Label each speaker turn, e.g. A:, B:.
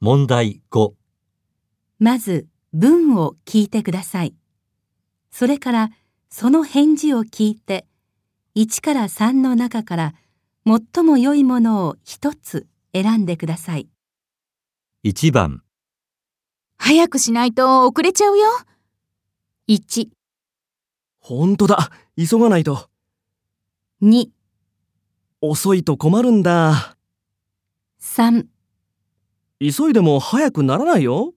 A: 問題5、
B: まず文を聞いてください。それからその返事を聞いて、1から3の中から最も良いものを一つ選んでください。
A: 1番、
C: 早くしないと遅れちゃうよ。1、
D: ほんとだ、急がないと。
B: 2、
D: 遅いと困るんだ。
B: 3
D: 急いでも早くならないよ。